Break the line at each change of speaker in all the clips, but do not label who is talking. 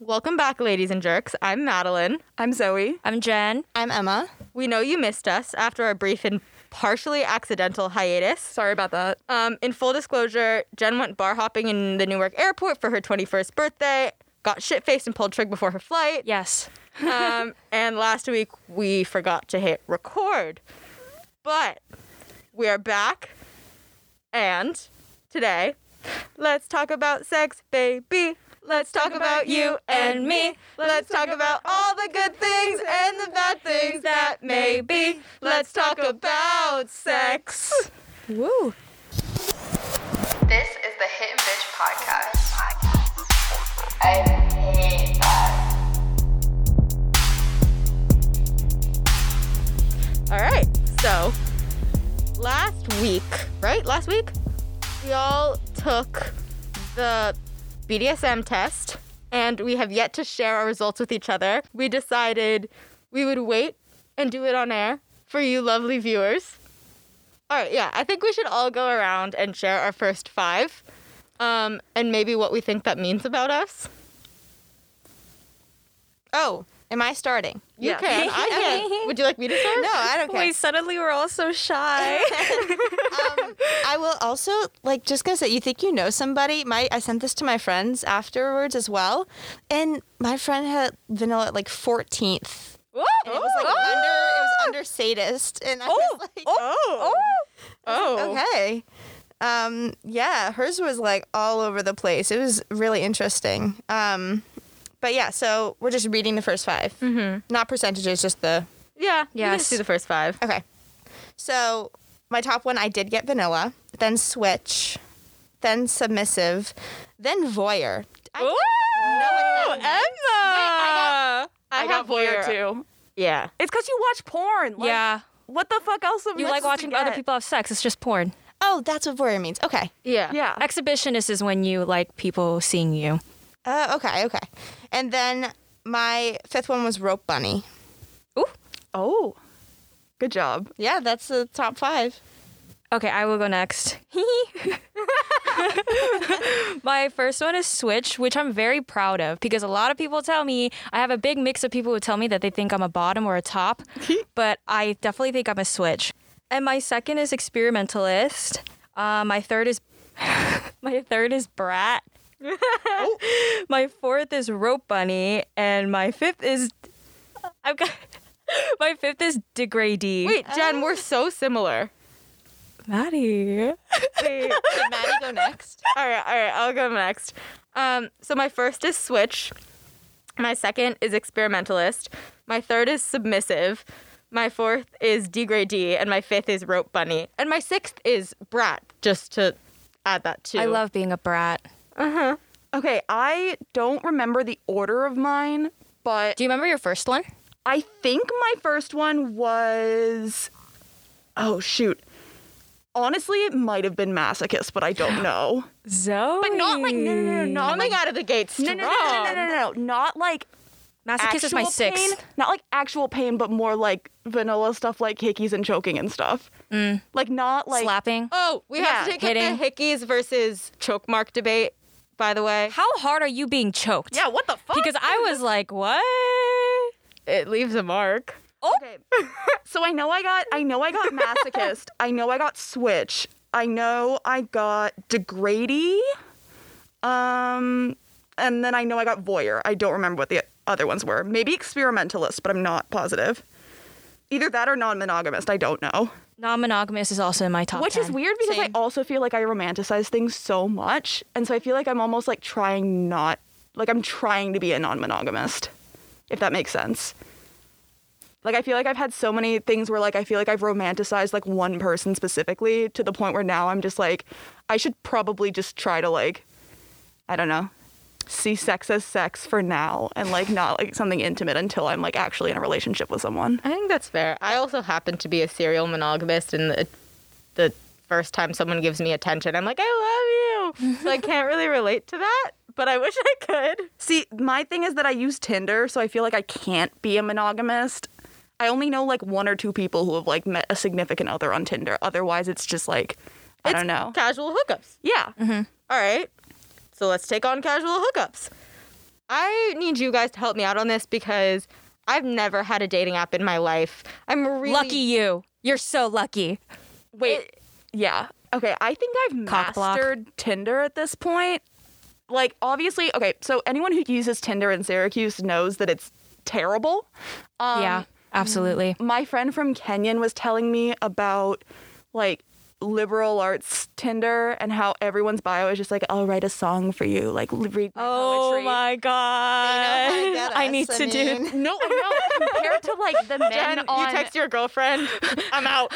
Welcome back, ladies and jerks. I'm Madeline.
I'm Zoe.
I'm Jen.
I'm Emma.
We know you missed us after a brief and partially accidental hiatus.
Sorry about that.
Um, in full disclosure, Jen went bar hopping in the Newark airport for her 21st birthday, got shit faced and pulled trig before her flight.
Yes.
um, and last week we forgot to hit record. But we are back, and today, let's talk about sex, baby. Let's talk about you and me. Let's talk about all the good things and the bad things that may be. Let's talk about sex.
Woo.
This is the Hit and Bitch podcast. I hate that.
All right. So last week, right? Last week, we all took the BDSM test and we have yet to share our results with each other. We decided we would wait and do it on air for you lovely viewers. All right, yeah. I think we should all go around and share our first 5 um and maybe what we think that means about us.
Oh, am I starting?
You can. I can. Would you like me to start?
No, I don't care.
Wait, suddenly we're all so shy.
um, I will also like just gonna say you think you know somebody. My I sent this to my friends afterwards as well, and my friend had vanilla at like 14th. And it was like under it was under sadist, and I was like,
Oh. Oh.
okay. Um, yeah, hers was like all over the place. It was really interesting. Um, but yeah, so we're just reading the first 5 mm-hmm. not percentages, just the
Yeah. Yeah.
Yes.
Let's do the first five.
Okay. So my top one, I did get vanilla, then switch, then submissive, then voyeur. I didn't know
Ooh,
what that
Emma.
meant.
I, have
voyeur
voyeur-
too.
Yeah.
It's because you watch porn. Like,
yeah.
What the fuck else? am
You
I
like
supposed to
watching other
get?
people have sex. It's just porn.
Oh, that's what voyeur means. Okay.
Yeah.
Yeah.
Exhibitionist is when you like people seeing you.
Uh, okay, okay. And then my fifth one was rope bunny.
Oh, good job.
Yeah, that's the top five.
Okay, I will go next. My first one is Switch, which I'm very proud of because a lot of people tell me I have a big mix of people who tell me that they think I'm a bottom or a top, but I definitely think I'm a Switch. And my second is Experimentalist. Uh, my third is my third is Brat. my fourth is Rope Bunny, and my fifth is I've got my fifth is Degradee.
Wait, Jen,
Uh.
we're so similar.
Maddie.
Wait.
Did Maddie go next?
all right, all right, I'll go next. Um, so my first is switch. My second is experimentalist. My third is submissive. My fourth is degradee, and my fifth is rope bunny, and my sixth is brat. Just to add that too.
I love being a brat.
Okay, I don't remember the order of mine, but
Do you remember your first one?
I think my first one was. Oh, shoot. Honestly, it might have been masochist, but I don't know.
Zoe.
but not like no, no, no, not coming out of the gate strong.
no, no. Not like
Masochist is my
actual Pain.
sixth.
Not like actual pain, but more like vanilla stuff like hickeys and choking and stuff.
Mm.
Like not like
Slapping.
Oh, we have to
Yeah,
take up the hickeys versus choke mark debate. By the way,
How hard are you being choked?
Yeah, what the fuck?
Because I was like, what?
it leaves a mark.
so I know I got I know I got masochist. I know I got switch. I know I got degrady. Um and then I know I got voyeur. I don't remember what the other ones were. Maybe experimentalist, but I'm not positive. Either that or non-monogamist, I don't know.
Non-monogamous is also in my top.
Which is
10.
weird because I also feel like I romanticize things so much. And so I feel like I'm almost like trying not, like I'm trying to be a non monogamist, if that makes sense. Like I feel like I've had so many things where like I feel like I've romanticized like one person specifically to the point where now I'm just like, I should probably just try to like, I don't know, see sex as sex for now and like not like something intimate until I'm like actually in a relationship with someone.
I think that's fair. I also happen to be a serial monogamist, and the, the first time someone gives me attention, I'm like, I love you. so I can't really relate to that, but I wish I could.
See, my thing is that I use Tinder, so I feel like I can't be a monogamist. I only know like one or two people who have like met a significant other on Tinder. Otherwise, it's just like I
It's
don't know.
Casual hookups.
Mm-hmm.
yeah.
All right. So let's take on casual hookups. I need you guys to help me out on this because I've never had a dating app in my life. I'm really
Lucky you. You're so lucky.
Wait. yeah. Okay. I think I've
Cock block.
mastered Tinder at this point. Like, obviously, okay. So anyone who uses Tinder in Syracuse knows that it's terrible. Um, mm,
yeah, absolutely.
My friend from Kenyon was telling me about like liberal arts Tinder and how everyone's bio is just like, I'll write a song for you, like l- read my poetry.
Oh my god.
I know, get
I need
us,
to
I
do
mean.
No, no. Compared to like the men
Jen,
on
you text your girlfriend. I'm out.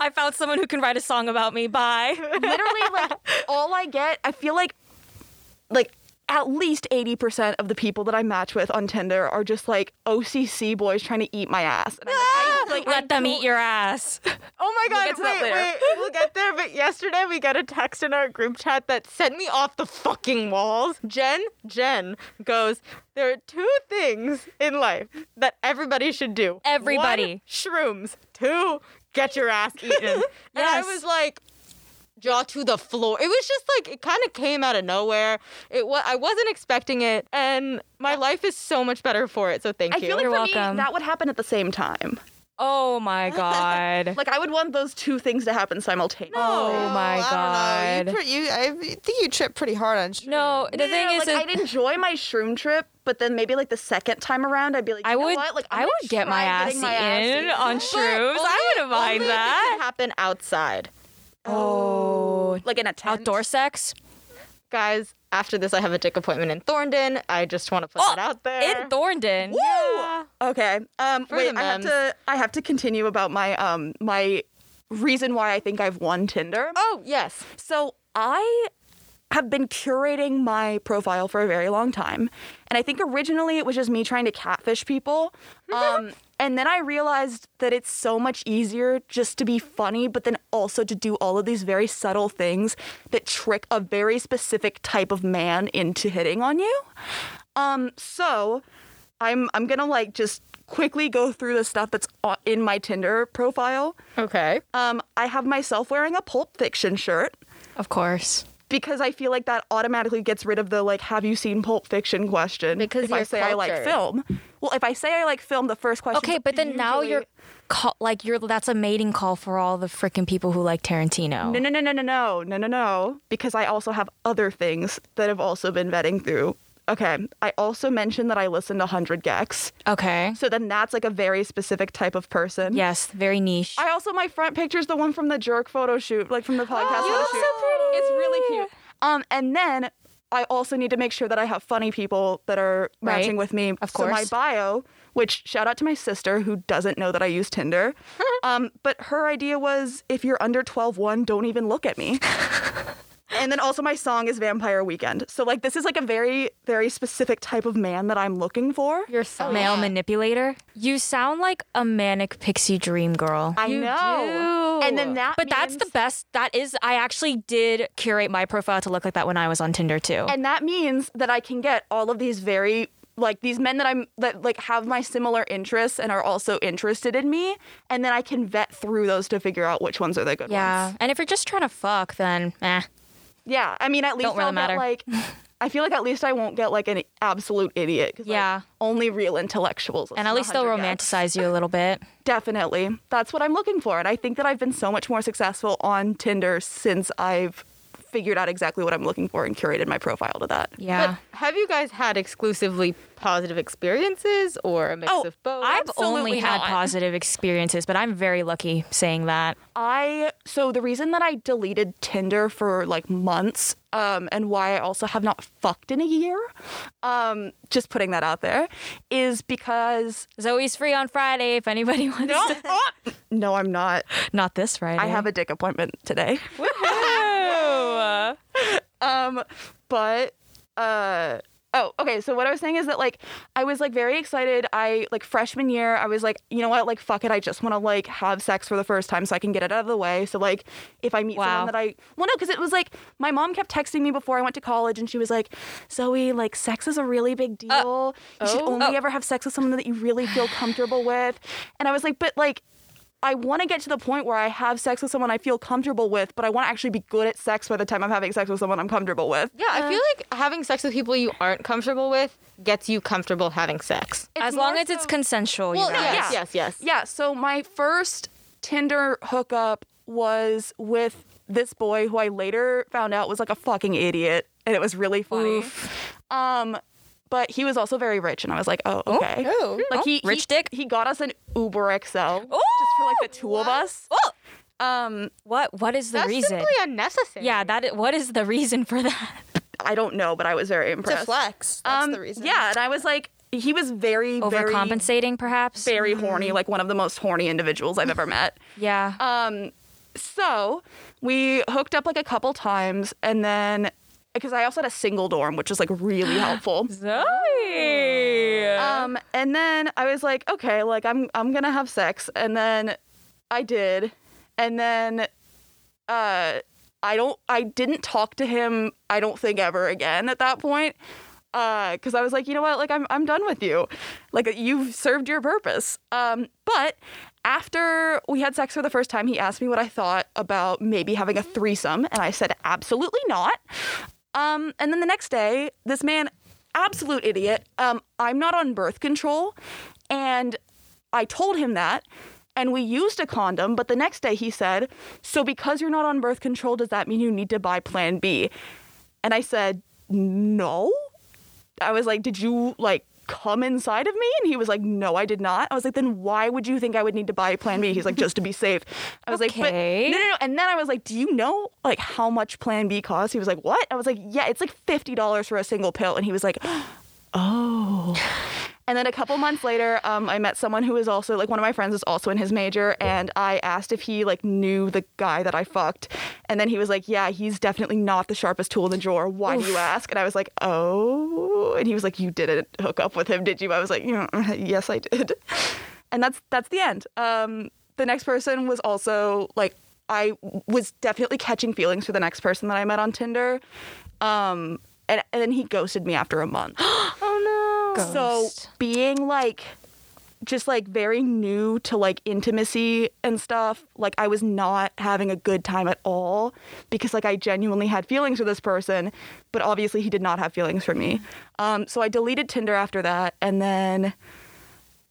I found someone who can write a song about me. Bye.
literally like all I get, I feel like like at least 80% of the people that I match with on Tinder are just like OCC boys trying to eat my ass. And I'm like, I- like, I
Let them
don't-
eat your ass.
Oh my
get
god,
to that
wait,
later.
wait, we'll get there. But yesterday we got a text in our group chat that sent me off the fucking walls. Jen, Jen goes, There are two things in life that everybody should do. One,
Everybody.
shrooms. Two, get your ass eaten. And I
Yes.
was like, jaw to the floor. It was just like it kind of came out of nowhere. It was I wasn't expecting it, and my life is so much better for it. So thank
I
you.
feel like
You're
for me,
welcome.
that would happen at the same time.
Oh my god.
Like I would want those two things to happen simultaneously.
oh my
I don't know.
god.
You, pre- you, I think you trip pretty hard on. Shrooms.
No, the
No,
thing
no,
is,
like,
is-
I'd enjoy my shroom trip, but then maybe like the second time around, I'd be like,
I
you know
would,
what? Like, I'm
I
gonna
would get my
try
ass
getting
in
my ass
on
But
shrooms.
only-
I wouldn't
only
mind
if It could
that.
happen outside.
Oh,
eaten. like in a tent.
outdoor sex
guys, after this, I have a dick appointment in Thorndon. I just want to put
Oh,
that out there. Ah.
in Thorndon.
Yeah.
Okay. Um,
For
wait,
the
I have
memes.
to. I have to continue about my um my reason why I think I've won Tinder.
Oh yes,
So I have been curating my profile for a very long time, and I think originally it was just me trying to catfish people. Um, and then I realized that it's so much easier just to be funny, but then also to do all of these very subtle things that trick a very specific type of man into hitting on you. Um, so I'm I'm gonna like just quickly go through the stuff that's o- in my Tinder profile.
okay.
Um, I have myself wearing a Pulp Fiction shirt
Of course.
because I feel like that automatically gets rid of the like, have you seen Pulp Fiction question?
Because
if I
you're
say I like
cultured.
film, well, if I say I like film, the first question.
Okay, but then now you're call, like you're that's a mating call for all the freaking people who like Tarantino.
No, no, no, no, no, no, no, no, no. Because I also have other things that have also been vetting through. Okay, I also mentioned that I listen to 100 Gex.
Okay.
So then that's like a very specific type of person.
Yes, very niche.
I also my front picture is the one from the jerk photo shoot, like from the podcast photo shoot. It's really cute. Um, and then I also need to make sure that I have funny people that are
Right.
matching with me.
Of
So my
course.
bio, which shout out to my sister who doesn't know that I use Tinder, um, but her idea was if you're under 12, one, don't even look at me. And then also my song is Vampire Weekend. So like this is like a very very specific type of man that I'm looking for.
You're so
Male manipulator. You sound like a manic pixie dream girl.
I
You
know.
do.
And then that
but that's
means-
the best. That is, I actually did curate my profile to look like that when I was on Tinder too.
and that means that I can get all of these very like these men that I'm that like have my similar interests and are also interested in me, and then I can vet through those to figure out which ones are the good
yeah.
ones.
And if you're just trying to fuck, then eh.
Yeah, I mean, at least
Don't really
I'll
matter.
get like. I feel like at least I won't get like an absolute idiot. 'cause, like,
Yeah.
only real intellectuals.
And at least they'll
100 guys.
romanticize you a little bit.
Definitely, that's what I'm looking for, and I think that I've been so much more successful on Tinder since I've figured out exactly what I'm looking for and curated my profile to that.
Yeah.
But have you guys had exclusively positive experiences or a mix
Oh,
of both?
I've only
absolutely
had
not.
positive experiences, but I'm very lucky saying that.
I so the reason that I deleted Tinder for like months, um, and why I also have not fucked in a year, um, just putting that out there, is because
Zoe's free on Friday if anybody wants to.
no, I'm not.
Not this Friday.
I have a dick appointment today.
Oh.
Um, but uh oh, okay. So what I was saying is that like I was like very excited. I like freshman year, I was like, you know what, like fuck it, I just want to like have sex for the first time so I can get it out of the way. So like if I meet
Wow.
someone that I well no, because it was like my mom kept texting me before I went to college and she was like, Zoe, like sex is a really big
Uh,
deal.
oh,
you should only ever have sex with someone that you really feel comfortable with. And I was like, but like I want to get to the point where I have sex with someone I feel comfortable with, but I want to actually be good at sex by the time I'm having sex with someone I'm comfortable with.
Yeah, I feel like having sex with people you aren't comfortable with gets you comfortable having sex.
as long as it's consensual, you guys.
yes,
yeah.
yes, yes.
Yeah, so my first Tinder hookup was with this boy who I later found out was like a fucking idiot and it was really funny. Um but he was also very rich and I was like, "Oh, okay."
oh.
Like he
Rich
he-
dick. Oh,
He got us an Uber XL just for like the two of us. Um
What what is the
That's
reason?
simply unnecessary.
Yeah, that i- what is the reason for that?
I don't know, but I was very
To
impressed.
flex. That's the reason.
Um, Yeah, and I was like he was very very
Overcompensating perhaps?
very horny, like one of the most horny individuals I've ever met.
yeah.
Um, so we hooked up like a couple times, and then because I also had a single dorm, which is like really helpful.
Zoe.
Um, and then I was like, okay, like I'm I'm gonna have sex, and then I did, and then uh, I don't I didn't talk to him. I don't think ever again at that point. Uh, cause I was like, you know what? Like, I'm, I'm done with you. Like, you've served your purpose. Um, but after we had sex for the first time, he asked me what I thought about maybe having a threesome. And I said, absolutely not. Um, and then the next day, this man, absolute idiot. Um, I'm not on birth control. And I told him that. And we used a condom, but the next day he said, So because you're not on birth control, does that mean you need to buy plan B? And I said, No. I was like, Did you like come inside of me? And he was like, No, I did not. I was like, Then why would you think I would need to buy plan B? He's like, Just to be safe. I was like, but,
Okay.
No, no, no. And then I was like, Do you know like how much plan B costs? He was like, What? I was like, Yeah, it's like $50 for a single pill. And he was like, Oh. And then a couple months later, um, I met someone who was also like one of my friends is also in his major, and I asked if he like knew the guy that I fucked, and then he was like, "Yeah, he's definitely not the sharpest tool in the drawer. Why do you ask?" And I was like, "Oh," and he was like, "You didn't hook up with him, did you?" I was like, "Mm, "Yes, I did," and that's that's the end. Um, the next person was also like I was definitely catching feelings for the next person that I met on Tinder, um, and and then he ghosted me after a month. So being like just like very new to like intimacy and stuff, like I was not having a good time at all because like I genuinely had feelings for this person, but obviously he did not have feelings for me. Um so I deleted Tinder after that and then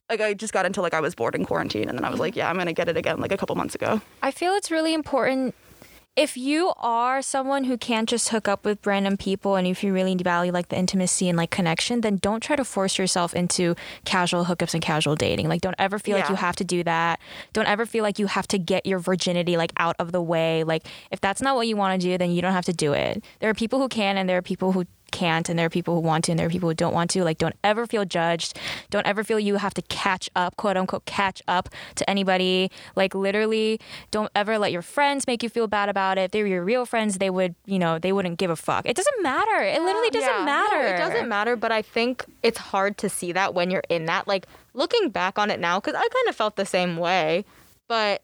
like I just got into like I was bored in quarantine and then I was like, yeah, I'm going to get it again like a couple months ago.
I feel it's really important if you are someone who can't just hook up with random people and if you really value like the intimacy and like connection, then don't try to force yourself into casual hookups and casual dating. Like don't ever feel like
Yeah.
you have to do that. Don't ever feel like you have to get your virginity like out of the way. Like if that's not what you want to do, then you don't have to do it. There are people who can and there are people who can't and there are people who want to and there are people who don't want to like don't ever feel judged don't ever feel you have to catch up quote unquote catch up to anybody like literally don't ever let your friends make you feel bad about it if they were your real friends they would you know they wouldn't give a fuck it doesn't matter it literally doesn't
Uh, Yeah.
matter
No, it doesn't matter, but I think it's hard to see that when you're in that. Like looking back on it now, because I kind of felt the same way, but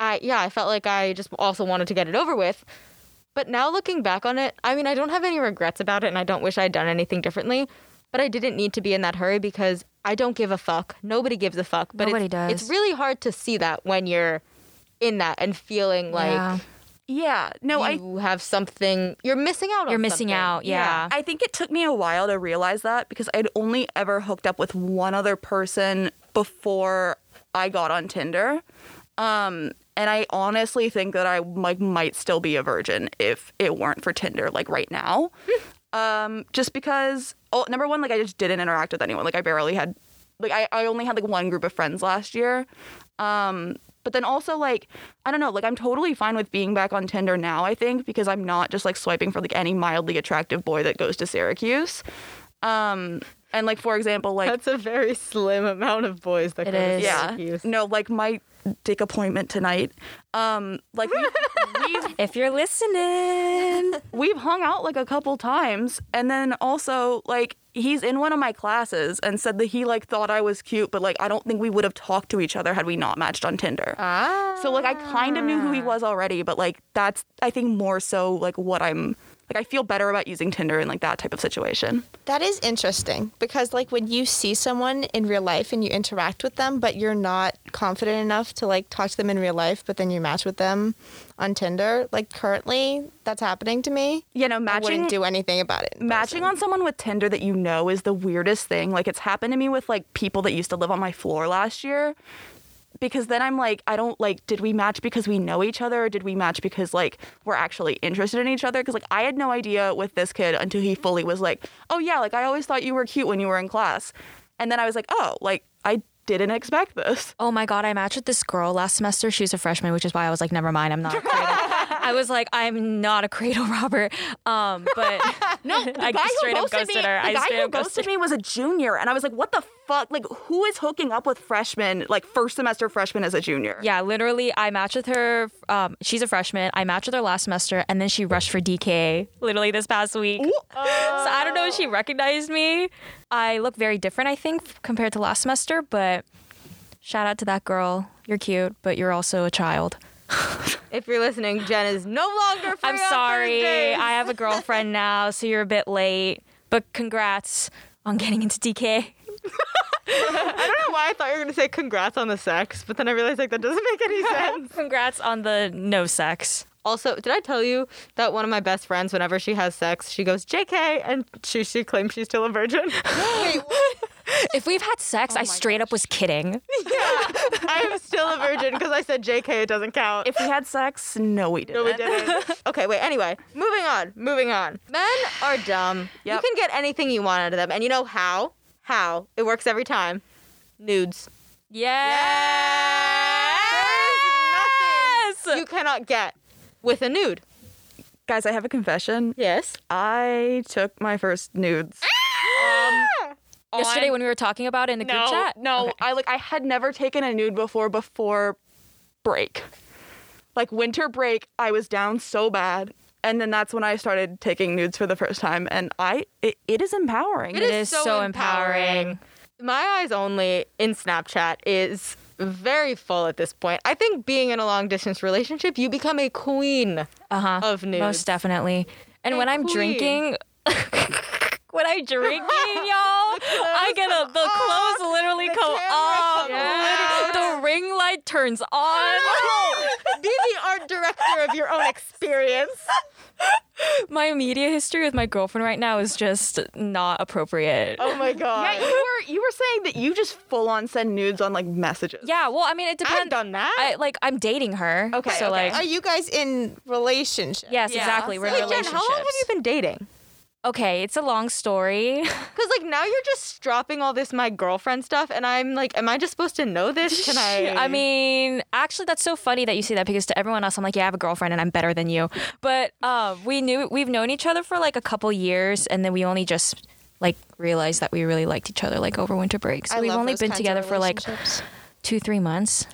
I yeah, I felt like I just also wanted to get it over with. But now looking back on it, I mean, I don't have any regrets about it, and I don't wish I'd done anything differently. But I didn't need to be in that hurry because I don't give a fuck. Nobody gives a fuck. But
Nobody
it's,
does.
It's really hard to see that when you're in that and feeling like
Yeah.
Yeah. No, I
you have something. You're missing out. on
you're missing
something.
out yeah,
I think it took me a while to realize that because I'd only ever hooked up with one other person before I got on Tinder. Um, and I honestly think that I like might still be a virgin if it weren't for Tinder, like right now. um, just because oh number one, like I just didn't interact with anyone. Like I barely had like I, I only had like one group of friends last year. Um, but then also like I don't know, like I'm totally fine with being back on Tinder now, I think, because I'm not just like swiping for like any mildly attractive boy that goes to Syracuse. Um and like for example, like
That's a very slim amount of boys that
It
go to
is.
yeah.
Syracuse.
No, like my dick appointment tonight. Um like we, we've
if you're listening
we've hung out like a couple times and then also like he's in one of my classes and said that he like thought I was cute, but like I don't think we would have talked to each other had we not matched on Tinder.
Ah.
Ah. So like I kind of knew who he was already, but like that's I think more so like what I'm Like I feel better about using Tinder in like that type of situation.
That is interesting because, like, when you see someone in real life and you interact with them, but you're not confident enough to like talk to them in real life, but then you match with them on Tinder. Like currently, that's happening to me.
You know,
I
matching
wouldn't do anything about it. in
matching on someone with Tinder that you know is the weirdest thing. Like it's happened to me with like people that used to live on my floor last year. Because then I'm like, I don't like, did we match because we know each other or did we match because like we're actually interested in each other? Because like I had no idea with this kid until he fully was like, oh yeah, like I always thought you were cute when you were in class. And then I was like, oh, like I didn't expect this.
Oh my god, I matched with this girl last semester. She was a freshman, which is why I was like, never mind, I'm not a cradle. I was like, I'm not a cradle robber. Um, but no, I
guy who
straight up
ghosted
ghosted
me-
her.
The
I
guy
straight
who
up ghosted
ghosted me was a junior, and I was like, "What the fuck? Like, who is hooking up with freshmen, like first semester freshmen as a junior?"
Yeah, literally, I matched with her. Um, she's a freshman. I matched with her last semester, and then she rushed for DK literally this past week. So I don't know if
Oh.
she recognized me. I look very different, I think, f- compared to last semester, but shout out to that girl. You're cute, but you're also a child.
If you're listening, Jen is no longer. Free
I'm
on
sorry.
Thursdays.
I have a girlfriend now, so you're a bit late, but congrats on getting into DK.
I don't know why I thought you were gonna say congrats on the sex, but then I realized like that doesn't make any sense.
Congrats on the no sex.
Also, did I tell you that one of my best friends, whenever she has sex, she goes JK and she she claims she's still a virgin.
If we've had sex, I straight up was kidding.
I am still a virgin because I said JK. It doesn't count.
If we had sex, no, we
No,
didn't.
we didn't. okay, wait. Anyway, moving on. Moving on. Men are dumb.
Yep.
You can get anything you want out of them, and you know how? How it works every time. Nudes.
Yes.
You cannot get with a nude.
Guys, I have a confession.
Yes.
I took my first nudes.
Um,
Yesterday when we were talking about it in the group chat.
no, I like I had never taken a nude before before break. Like winter break, I was down so bad. And then that's when I started taking nudes for the first time, and I it, it is empowering.
It is so empowering. My eyes only in Snapchat is very full at this point. I think being in a long distance relationship, you become a queen
Uh huh.
of nudes.
Most definitely. And when I'm
queen.
drinking, when I'm drinking, y'all, I get a the clothes literally come
camera
off.
comes
Literally, The ring light turns on.
Be the art director of your own experience.
My media history with my girlfriend right now is just not appropriate.
Oh my god.
Yeah, you were you were saying that you just full on send nudes on like messages.
Yeah, well, I mean, it depends.
I've done that.
I like I'm dating her.
Okay,
So
okay.
person.
like,
Are you guys in relationship?
yes, exactly. We're in
Wait, Jen,
relationships.
how long have you been dating?
okay, it's a long story.
Because like now you're just dropping all this my girlfriend stuff, and I'm like, am I just supposed to know this? Can I?
I mean, actually, that's so funny that you say that because to everyone else, I'm like, yeah, I have a girlfriend and I'm better than you. But uh, we knew we've known each other for like a couple years, and then we only just like realized that we really liked each other like over winter break. So
I
we've
love
only
those
been
kinds of
together for like
relationships.
two, three months.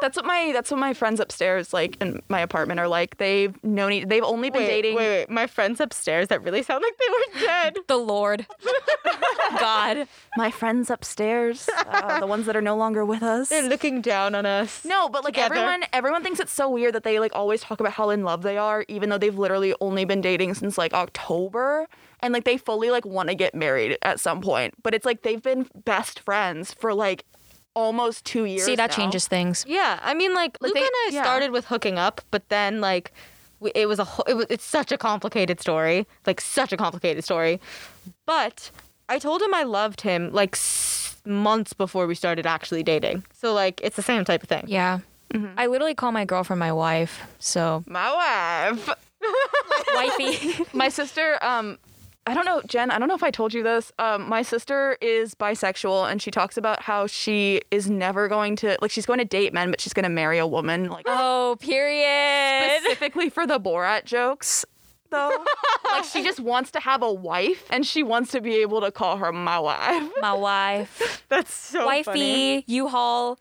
That's what my that's what my friends upstairs like in my apartment are like. They've known each, they've only been
wait,
dating.
Wait, wait, my friends upstairs that really sound like they were dead.
The Lord, God,
My friends upstairs, uh, the ones that are no longer with us.
They're looking down on us.
No, but like
together.
everyone everyone thinks it's so weird that they like always talk about how in love they are even though they've literally only been dating since like October and like they fully like want to get married at some point. But it's like they've been best friends for like almost 2 years.
see that
now.
changes things.
Yeah, I mean, like, Luke
they-
and I
yeah.
started with hooking up, but then like, we, it was a whole, it was, it's such a complicated story, like such a complicated story. But I told him I loved him like s- months before we started actually dating. So like, it's the same type of thing.
Yeah. I literally call my girlfriend my wife. So,
My wife.
wifey.
my sister um i don't know jen i don't know if i told you this um my sister is bisexual and she talks about how she is never going to like she's going to date men but she's going to marry a woman like
oh, period.
specifically for the borat jokes though like she just wants to have a wife and she wants to be able to call her my wife
My wife.
That's so
wifey,
funny.
U-Haul.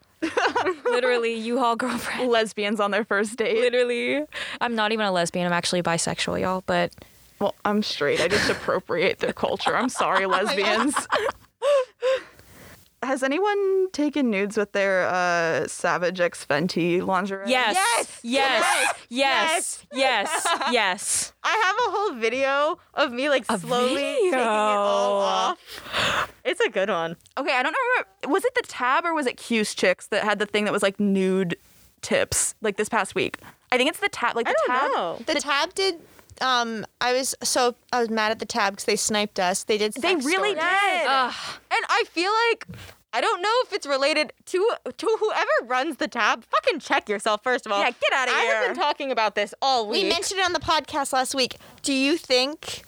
Literally, U-Haul girlfriend.
lesbians on their first date
Literally. I'm not even a lesbian. I'm actually bisexual, y'all. But
well i'm straight i just appropriate their culture i'm sorry lesbians Has anyone taken nudes with their uh, Savage X Fenty lingerie?
Yes.
Yes.
Yes. Yes. Yes. Yes.
I have a whole video of me like slowly taking it all off. It's a good one.
Okay, I don't remember. Was it the tab or was it Q's Chicks that had the thing that was like nude tips like this past week? I think it's the tab. Like the
I don't
tab.
know.
The tab did. Um, I was so I was mad at the tab because they sniped us. They did.
They
sex
really
stories.
did.
And I feel like I don't know if it's related to to whoever runs the tab. Fucking check yourself first of all.
Yeah, get outta
I
here.
have been talking about this all
We
week.
mentioned it on the podcast last week. Do you think?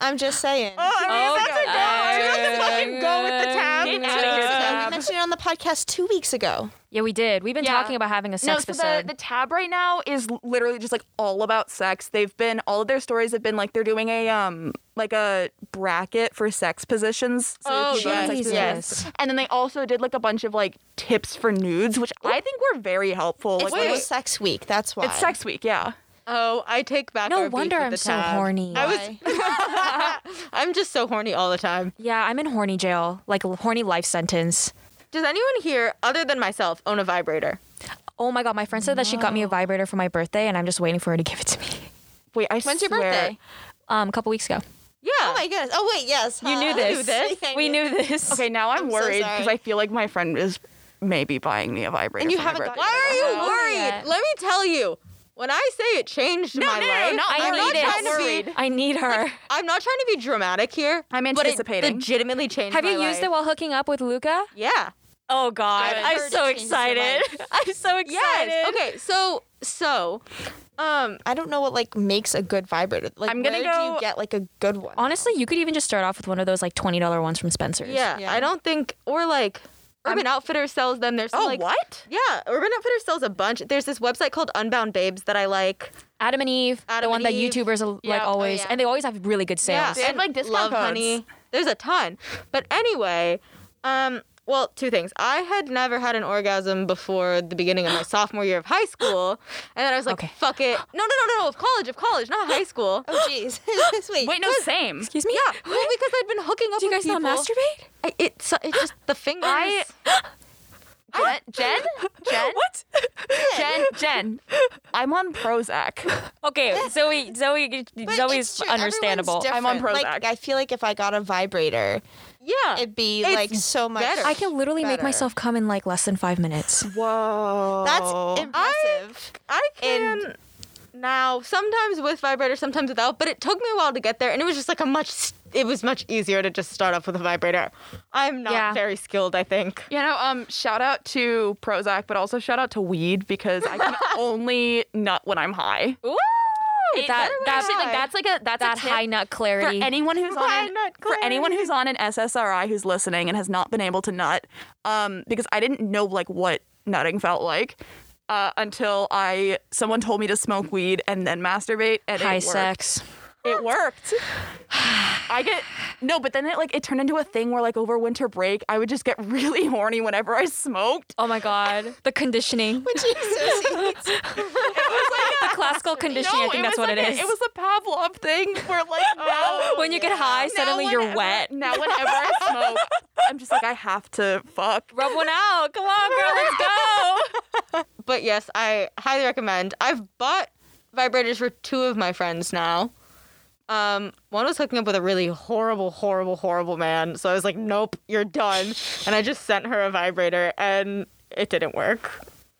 I'm just saying.
Oh, I mean,
Oh,
that's a
God.
go. I mean, that's a fucking go with the tab.
Get
Check
outta
your
here.
We mentioned it on the podcast two weeks ago.
Yeah, we did. We've been
Yeah.
talking about having a
No,
sex
so the,
episode.
the tab right now is l- literally just like all about sex. They've been all of their stories have been like they're doing a um like a bracket for sex positions. So
Oh,
people on sex
Jesus.
positions. And then they also did like a bunch of like tips for nudes, which I think were very helpful.
It's
like
Little
when-
Sex Week. That's why.
it's sex week, yeah.
Oh, I take back.
No
our beef
wonder
with
I'm
the
so
tab.
horny.
I
Why?
was. I'm just so horny all the time.
yeah, I'm in horny jail, like a horny life sentence.
Does anyone here, other than myself, own a vibrator?
Oh my god, my friend said that she got me a vibrator for my birthday, and I'm just waiting for her to give it to me.
Wait, I
When's your
swear.
birthday?
Um, a couple weeks ago,
Yeah.
Oh my goodness. Oh wait, yes.
you
huh?
knew
I
this.
this.
Yeah, I
We
knew.
knew this.
Okay, now I'm,
I'm so
worried
sorry.
because I feel like my friend is maybe buying me a vibrator.
And you
for my
haven't got-
birthday.
Why are you
Oh, yeah.
worried? Let me tell you. When I say it changed my
no, no,
life,
not
I'm
I
not
need
trying
it.
to be.
I need her.
I'm not trying to be dramatic here.
I'm
but it
anticipating.
legitimately changed.
Have you
my
used
life.
it while hooking up with Luca?
Yeah.
Oh god,
I've
I'm
heard
so
it changed your
excited. I'm so excited.
Yes. Okay. So so, um,
I don't know what like makes a good vibrator. Like,
I'm gonna
where do
go-
you get like a good one?
Honestly, you could even just start off with one of those like twenty dollar ones from Spencer's.
yeah,
Yeah.
I don't think or like Urban Outfitters sells them. There's
Oh,
like
what?
Yeah, Urban Outfitters sells a bunch. There's this website called Unbound Babes that I like.
Adam and Eve,
Adam
the
and
one that
Eve.
YouTubers are, like
Yeah. Oh,
always,
yeah.
and they always have really good sales.
They have, like, discount
Love
codes.
Honey. There's a ton. But anyway, um, well, two things. I had never had an orgasm before the beginning of my sophomore year of high school, and then I was like,
Okay.
"Fuck it!" No, no, no, no, of college, of college, not high school.
Oh jeez. Wait.
Wait, no, same.
Excuse me.
Yeah, well, because I'd been hooking up
Do you
with
guys not
people.
masturbate?
I, it, so, it's just the fingers.
I- Jen, Jen, Jen,
What?
Jen, Jen. I'm on Prozac.
Okay, Zoe, Zoe,
But it's
Zoe's
true. Everyone's
understandable.
I'm on
different.
Prozac.
Like I feel like if I got a vibrator,
yeah.
it'd be
It's
like so much.
better.
I can literally make
Better.
myself come in like less than five minutes.
Whoa.
That's impressive.
I can now sometimes with vibrator, sometimes without, but it took me a while to get there, and it was just like a much. It was much easier to just start off with a vibrator. I'm not
Yeah.
very skilled, I think.
You know, um, shout out to Prozac, but also shout out to weed because I can only nut when I'm high.
Ooh,
It-
that that
actually, like, that's like a that's
that
a tip
high nut
for
clarity.
anyone who's on
Why
an,
not
for anyone
clarity?
who's on an SSRI who's listening and has not been able to nut, um, because I didn't know like what nutting felt like. Uh, until I, someone told me to smoke weed and then masturbate, and
high
it worked.
sex.
It worked. I get no, but then it like it turned into a thing where like over winter break I would just get really horny whenever I smoked.
Oh my god, the conditioning,
Jesus.
the classical conditioning. I think that's
was
what
like
it
a-
is.
Oh, It Oh, was the Pavlov thing where like now,
when you get high,
now
suddenly you're
whenever-
wet.
Now whenever I smoke, I'm just like I have to fuck.
Rub one out. Come on, girl, let's go.
But yes, I highly recommend. I've bought vibrators for two of my friends now. Um, one was hooking up with a really horrible, horrible, horrible man, so I was like, "Nope, you're done," and I just sent her a vibrator, and it didn't work.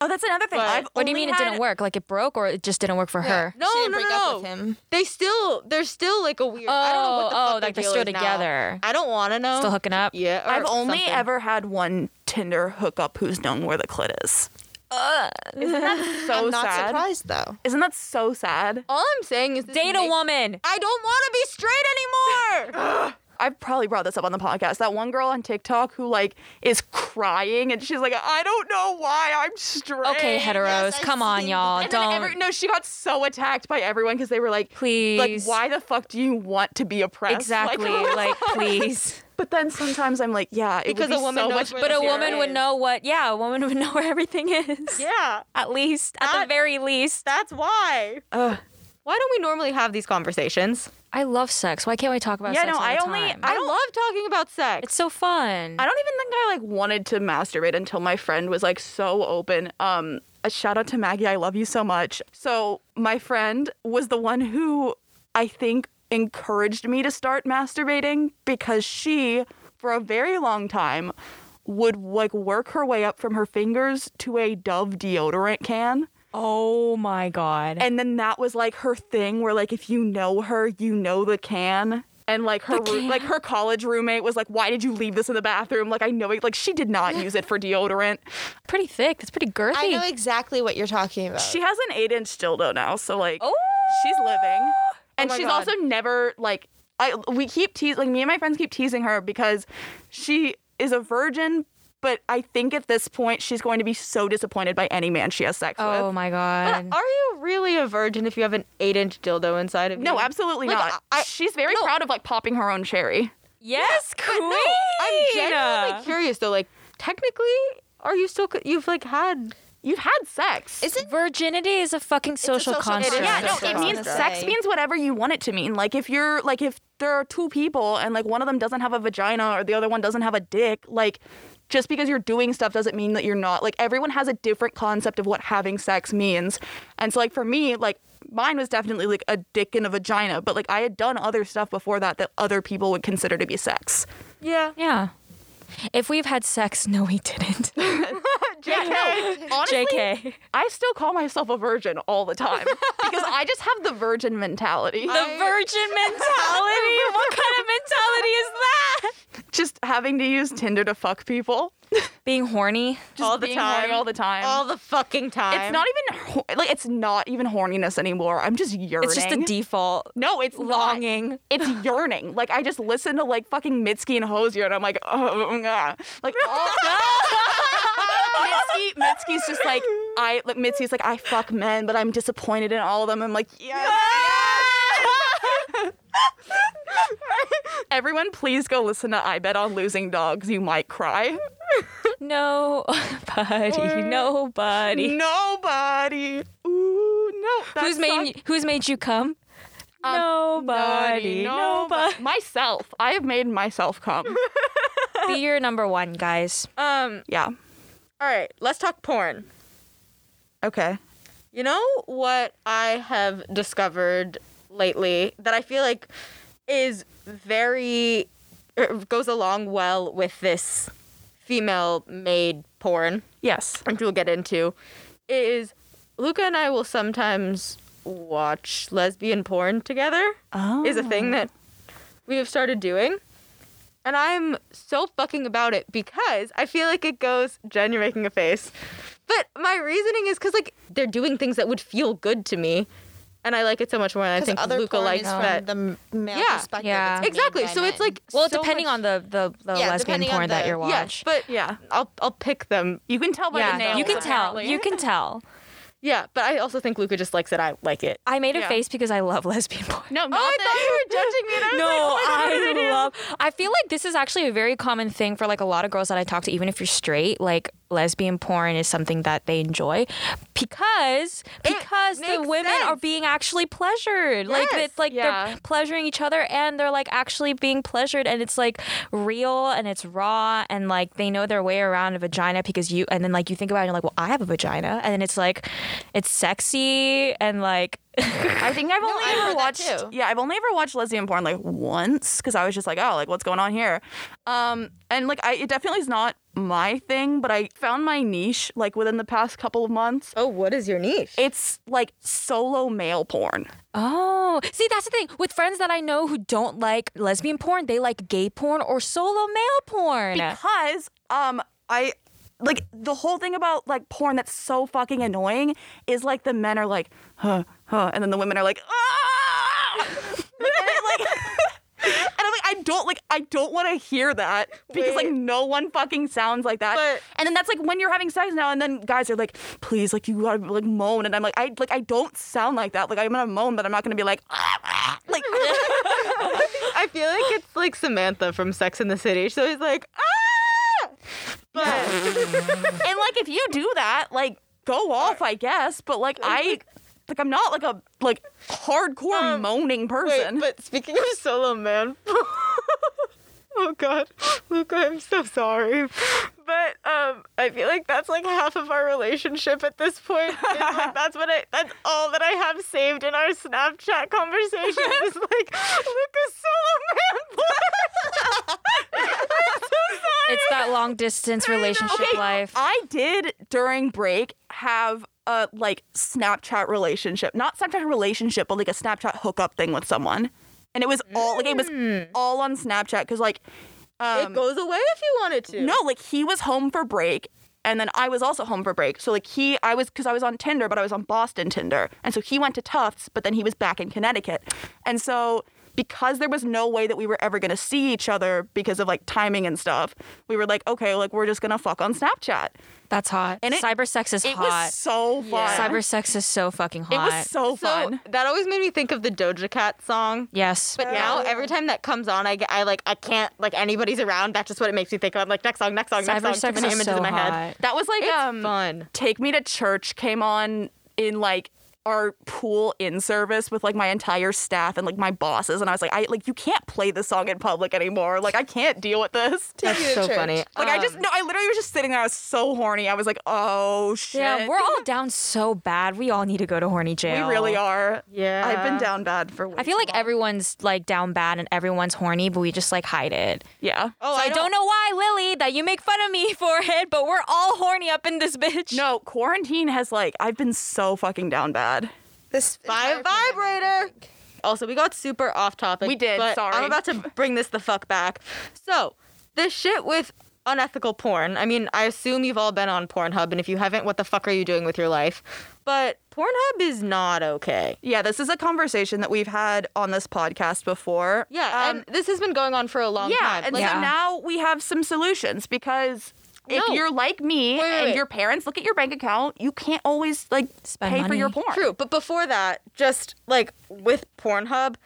Oh, that's another thing.
But-
I've
What do you
only
mean it
had-
didn't work? Like it broke, or it just didn't work for her?
No,
She didn't
no,
break
no.
up with him.
They still, they're still like a weird. I don't know what the
Oh,
fuck
oh,
their
like they're
deal
still
is now.
together.
I don't want to know.
Still hooking up?
Yeah. or
I've only
something.
ever had one Tinder hookup who's known where the clit is. Isn't that so
I'm not
sad?
surprised though.
Isn't that so sad?
All I'm saying is this
Date a
makes-
woman.
I don't want to be straight anymore.
I've probably brought this up on the podcast. That one girl on TikTok who like is crying and she's like, I don't know why I'm straight.
Okay, heteros,
I've
come on,
seen
y'all.
And then
Don't.
every- no, she got so attacked by everyone because they were like,
Please.
like why the fuck do you want to be oppressed?
Exactly.
Like,
Like, please.
but then sometimes I'm like, yeah, it
Because
would
a
be
woman
so
knows
much.
where
But
the
a
fear
woman would
is.
know what. Yeah, a woman would know where everything is.
Yeah,
At least, at the
That-
very least.
that's why.
Ugh.
Why don't we normally have these conversations?
I love sex. Why can't we talk about
Yeah,
sex?
no,
all
I
the
only-
time?
I
I
don't-
love talking about sex.
It's so fun.
I don't even think I like wanted to masturbate until my friend was like so open. Um a shout out to Maggie, I love you so much. So my friend was the one who I think encouraged me to start masturbating because she for a very long time would like work her way up from her fingers to a Dove deodorant can.
oh my god.
And then that was like her thing where like if you know her, you know the can. And like her roo- like her college roommate was like, Why did you leave this in the bathroom? Like I know it like she did not use it for deodorant.
pretty thick. It's pretty girthy.
I know exactly what you're talking about.
She has an eight inch dildo now, so like
oh,
she's living. And
Oh my
she's
God.
also never like I we keep teasing like me and my friends keep teasing her because she is a virgin, but I think at this point she's going to be so disappointed by any man she has sex
oh
with.
my
Uh,
god.
Are you really a virgin if you have an eight-inch dildo inside of you?
No, absolutely
Like,
not.
I-
she's very proud of like popping her own cherry.
yes, queen.
I'm genuinely curious though. Like, technically, are you still? co- You've like had.
You've had sex.
Isn't
Virginity is a fucking social,
social- it is
construct.
yeah, no,
That's what
it
I
means
was gonna
sex
say.
means whatever you want it to mean. Like if you're like if there are two people and like one of them doesn't have a vagina or the other one doesn't have a dick, like just because you're doing stuff doesn't mean that you're not. Like everyone has a different concept of what having sex means. And so like for me, like mine was definitely like a dick and a vagina, but like I had done other stuff before that that other people would consider to be sex.
Yeah.
Yeah. If we've had sex, no, we didn't.
Honestly,
JK.
I still call myself a virgin all the time because I just have the virgin mentality.
The virgin mentality? what kind of mentality is that?
just having to use Tinder to fuck people
Being horny.
all the
being horny
time.
all the time.
All the fucking time.
it's not even ho- like it's not even horniness anymore. I'm just yearning.
It's just the default.
no, it's not.
Longing.
It's yearning. Like I just listen to like fucking Mitski and Hosier, and I'm like, oh, mm, ah." like all. Mitski, Mitski's just like I. Like Mitski's like I fuck men, but I'm disappointed in all of them. I'm like, yes. yes!" Everyone, please go listen to I Bet on Losing Dogs. You might cry.
Nobody. Nobody.
Nobody. Ooh, no. that
Who's made
song-
you, who's made you come? nobody.
Nobody. Myself. I have made myself come.
Be your number one, guys.
Um.
yeah.
All right. Let's talk porn.
Okay.
You know what I have discovered lately that I feel like is very er, goes along well with this female made porn,
Yes.
which we'll get into, is Luca and I will sometimes watch lesbian porn together.
Oh.
Is a thing that we have started doing. And I'm so fucking about it because I feel like it goes Jen, you're making a face. But my reasoning is because like they're doing things that would feel good to me, and I like it so much more. And I
because
think
other
Luca
porn
likes
is from
that.
the m- male
Yeah.
perspective?
Yeah.
made
exactly.
by
So it's
men.
like
Well,
so
depending on the the, the
Yeah,
lesbian
depending on
porn that
the-
you're
much- yes,
watching.
but
Yeah.
I'll I'll pick them.
You can tell by the nails.
you can tell.
apparently.
You can tell.
Yeah, but I also think Luca just likes it. I like it.
I made a
Yeah.
face because I love lesbian porn.
No, not
Oh, I
that.
thought you were judging me. And I was
No,
like, oh my God, what did I
I
do?
love. I feel like this is actually a very common thing for like a lot of girls that I talk to. Even if you're straight, like lesbian porn is something that they enjoy because because the
makes
women are
sense.
being actually pleasured. Like
Yes,
it's like
yeah.
they're pleasuring each other and they're like actually being pleasured and it's like real and it's raw and like they know their way around a vagina because you and then like you think about it and you're like, well, I have a vagina and then it's like it's sexy and like
I think I've only
I
ever
heard that
watched.
too.
Yeah, I've only ever watched lesbian porn like once because I was just like, oh, like what's going on here? Um, and like I, it definitely is not my thing, but I found my niche like within the past couple of months.
Oh, what is your niche?
It's like solo male porn.
Oh, see, that's the thing with friends that I know who don't like lesbian porn. They like gay porn or solo male porn.
because um I like the whole thing about like porn that's so fucking annoying is like the men are like huh huh and then the women are like ah like, and, it, like and I'm like I don't like I don't want to hear that because like
Wait.
no one fucking sounds like that
But-
and then that's like when you're having sex now and then guys are like please like you gotta like moan and I'm like I like I don't sound like that like I'm gonna moan but I'm not gonna be like ah, ah, like
I feel like it's like Samantha from Sex in the City. So he's like, ah. But
and like if you do that like go off I guess but like I Like I'm not like a like hardcore
Um,
moaning person.
Wait, but speaking of solo man, oh god, Luca, I'm so sorry. But um, I feel like that's like half of our relationship at this point. It's like, that's what I. That's all that I have saved in our Snapchat conversations. is like Luca's solo man. boy." I'm so sorry.
It's that long distance relationship
Okay, Uh,
life.
I did during break have a like Snapchat relationship, not Snapchat relationship, but like a Snapchat hookup thing with someone, and it was all like it was
Hmm.
all on Snapchat because like um,
it goes away if you wanted to.
No, like he was home for break and then I was also home for break. So like he I was cuz I was on Tinder, but I was on Boston Tinder. And so he went to Tufts, but then he was back in Connecticut. And so because there was no way that we were ever going to see each other because of like timing and stuff, we were like, okay, like we're just going to fuck on Snapchat.
That's hot.
And
And
it-
cyber sex is
It
hot.
was so fun.
cyber sex is so fucking
it
hot.
was so
So
fun.
that always made me think of the Doja Cat song.
yes.
But now every time that comes on, I, get, I like I can't like anybody's around. That's just what it makes me think of. I'm like next song, next song, next
Cyber
song. Too
sex
many
is
images
so
in my head.
hot.
That was like
It's
um
fun.
Take Me to Church came on in like our pool in service with like my entire staff and like my bosses and I was like I like you can't play this song in public anymore like I can't deal with this
That's so funny.
like I
Um,
just no I literally was just sitting there I was so horny I was like oh shit
Yeah, we're all down so bad. We all need to go to horny
we
jail.
really are
Yeah.
I've been down bad for
I feel like everyone's like down bad and everyone's horny, but we just like hide it.
yeah
Oh,
so I,
I
don't,
don't.
know why, Lily, that you make fun of me for it, but we're all horny up in this bitch.
no quarantine has like I've been so fucking down bad
This
Buy a
entire pandemic, I
vibrator.
think.
Also, we got super off topic.
We did,
But
sorry.
I'm about to bring this the fuck back. So this shit with unethical porn. I mean, I assume you've all been on Pornhub, and if you haven't, what the fuck are you doing with your life? But Pornhub is not okay.
yeah this is a conversation that we've had on this podcast before
Yeah,
Um,
and this has been going on for a long
yeah,
time.
and
Like,
so
Yeah.
now we have some solutions because if
No.
you're like me
wait,
and
wait.
your parents look at your bank account, you can't always like
Spend
pay for
money.
your porn.
True, but before that, just like with Pornhub,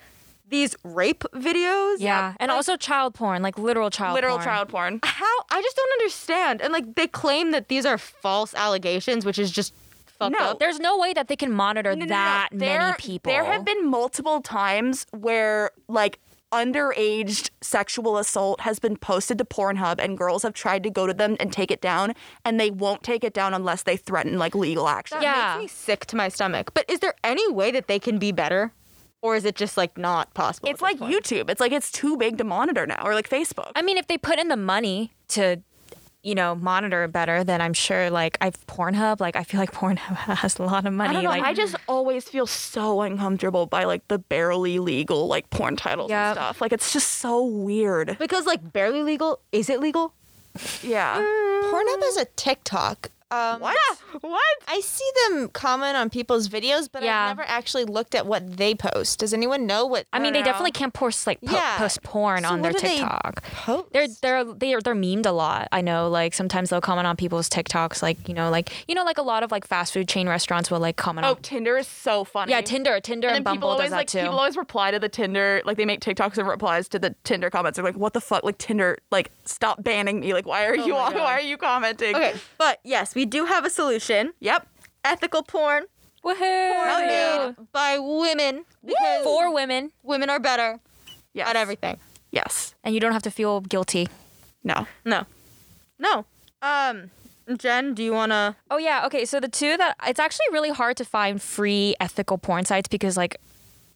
these rape videos.
Yeah. And also child porn, like literal child
Literal
porn.
child porn.
How I just don't understand. And like they claim that these are false allegations, which is just fucked
No,
up.
There's no way that they can monitor
Oh. No, no, no, no.
that many
There-
people.
There have been multiple times where like underage sexual assault has been posted to Pornhub and girls have tried to go to them and take it down and they won't take it down unless they threaten like legal action.
That
Yeah.
makes me sick to my stomach. But is there any way that they can be better, or is it just like not possible?
It's like YouTube. It's like it's too big to monitor now or like Facebook.
I mean, if they put in the money to, you know, monitor it better, then I'm sure. Like, I've Pornhub. Like, I feel like Pornhub has a lot of money.
I don't know.
like,
I just always feel so uncomfortable by like the barely legal like porn titles
Yeah.
and stuff. Like it's just so weird.
because like barely legal. Is it legal?
Yeah.
Pornhub is a TikTok. Um,
What?
What?
I see them comment on people's videos, but
Yeah.
I've never actually looked at what they post. Does anyone know what?
I mean, they definitely can't post like po-
Yeah.
post porn
So
on their
what do they
TikTok.
post?
They're they're they're they're memed a lot. I know. Like sometimes they'll comment on people's TikToks. Like you know, like you know, like a lot of like fast food chain restaurants will like comment
Oh,
on.
Tinder is so funny.
Yeah, Tinder, Tinder, and,
And then people
Bumble
always
does that
like
too.
people always reply to the Tinder like they make TikToks and replies to the Tinder comments. They're like, what the fuck? Like Tinder, like stop banning me. Like why
Oh
are you on? Why are you commenting?
Okay, but yes, we do have a solution.
Yep.
Ethical porn
Woohoo!
made by women because
For women,
women are better
Yes.
at everything.
Yes.
and you don't have to feel guilty.
No.
No. No. Um, Jen, do you wanna?
Oh yeah, okay. So the two that it's actually really hard to find free ethical porn sites because like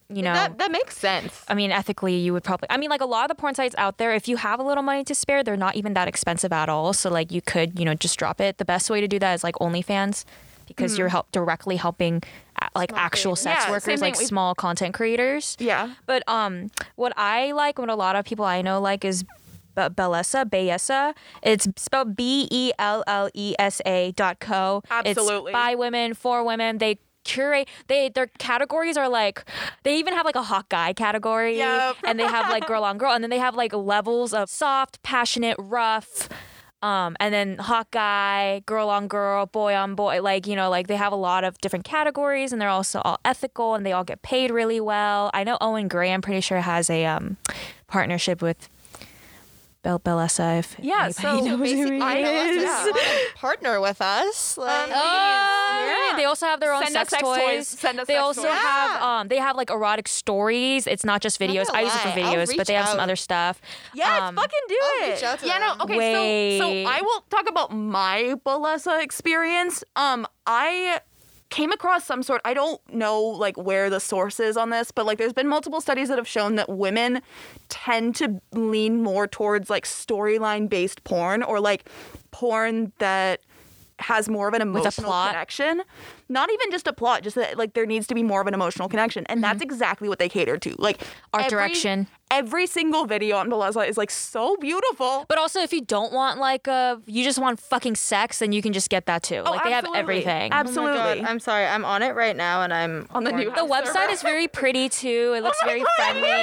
you know
That that makes sense.
I mean ethically you would probably I mean like a lot of the porn sites out there if you have a little money to spare they're not even that expensive at all. So like you could, you know, just drop it. The best way to do that is like OnlyFans because you're help directly helping a- like actual sex
Hmm. Yeah, same
workers
thing
like
we-
small content creators.
Yeah.
But um, what I like, what a lot of people I know like is Be- Bellessa, Bellessa. It's spelled B E L L E S A dot co.
Absolutely.
It's by women for women. They curate. They their categories are like they even have like a hot guy category,
Yep.
and they have like girl on girl, and then they have like levels of soft, passionate, rough. Um, and then hot guy, girl on girl, boy on boy, like you know, like they have a lot of different categories, and they're also all ethical, and they all get paid really well. I know Owen Gray, I'm pretty sure, has a um, partnership with Bell Bellessa if
Yeah,
anybody
so
knows who
Basically,
he
I
is.
know
Yeah.
if you want to partner with us. Like,
Oh,
Yeah.
They also have their own
Send us
sex,
sex
toys.
toys. Send us
they
sex
also
toys.
have um they have like erotic stories. It's not just videos.
gonna
I use it for
lie, I'll
videos, but
reach
they have some
out.
other stuff.
Yes,
Um,
fucking do
I'll
it.
Oh, reach out to
yeah,
them.
no, okay. So,
Wait.
so I
I will talk about my Balesa experience. Um, I came across some sort. I don't know like where the source is on this, but like there's been multiple studies that have shown that women tend to lean more towards like storyline based porn or like porn that has more of an
a
emotional
plot?
connection. Not even just a plot, just that like there needs to be more of an emotional connection, and that's exactly what they cater to. Like
Art
every-
direction.
Every single video on Baleza is like so beautiful.
But also, if you don't want like a, you just want fucking sex, then you can just get that too. like they have
Oh, absolutely.
everything.
Oh
Absolutely.
my God, I'm sorry. I'm on it right now, and I'm
on the new
the website is very pretty too. It looks very friendly.
about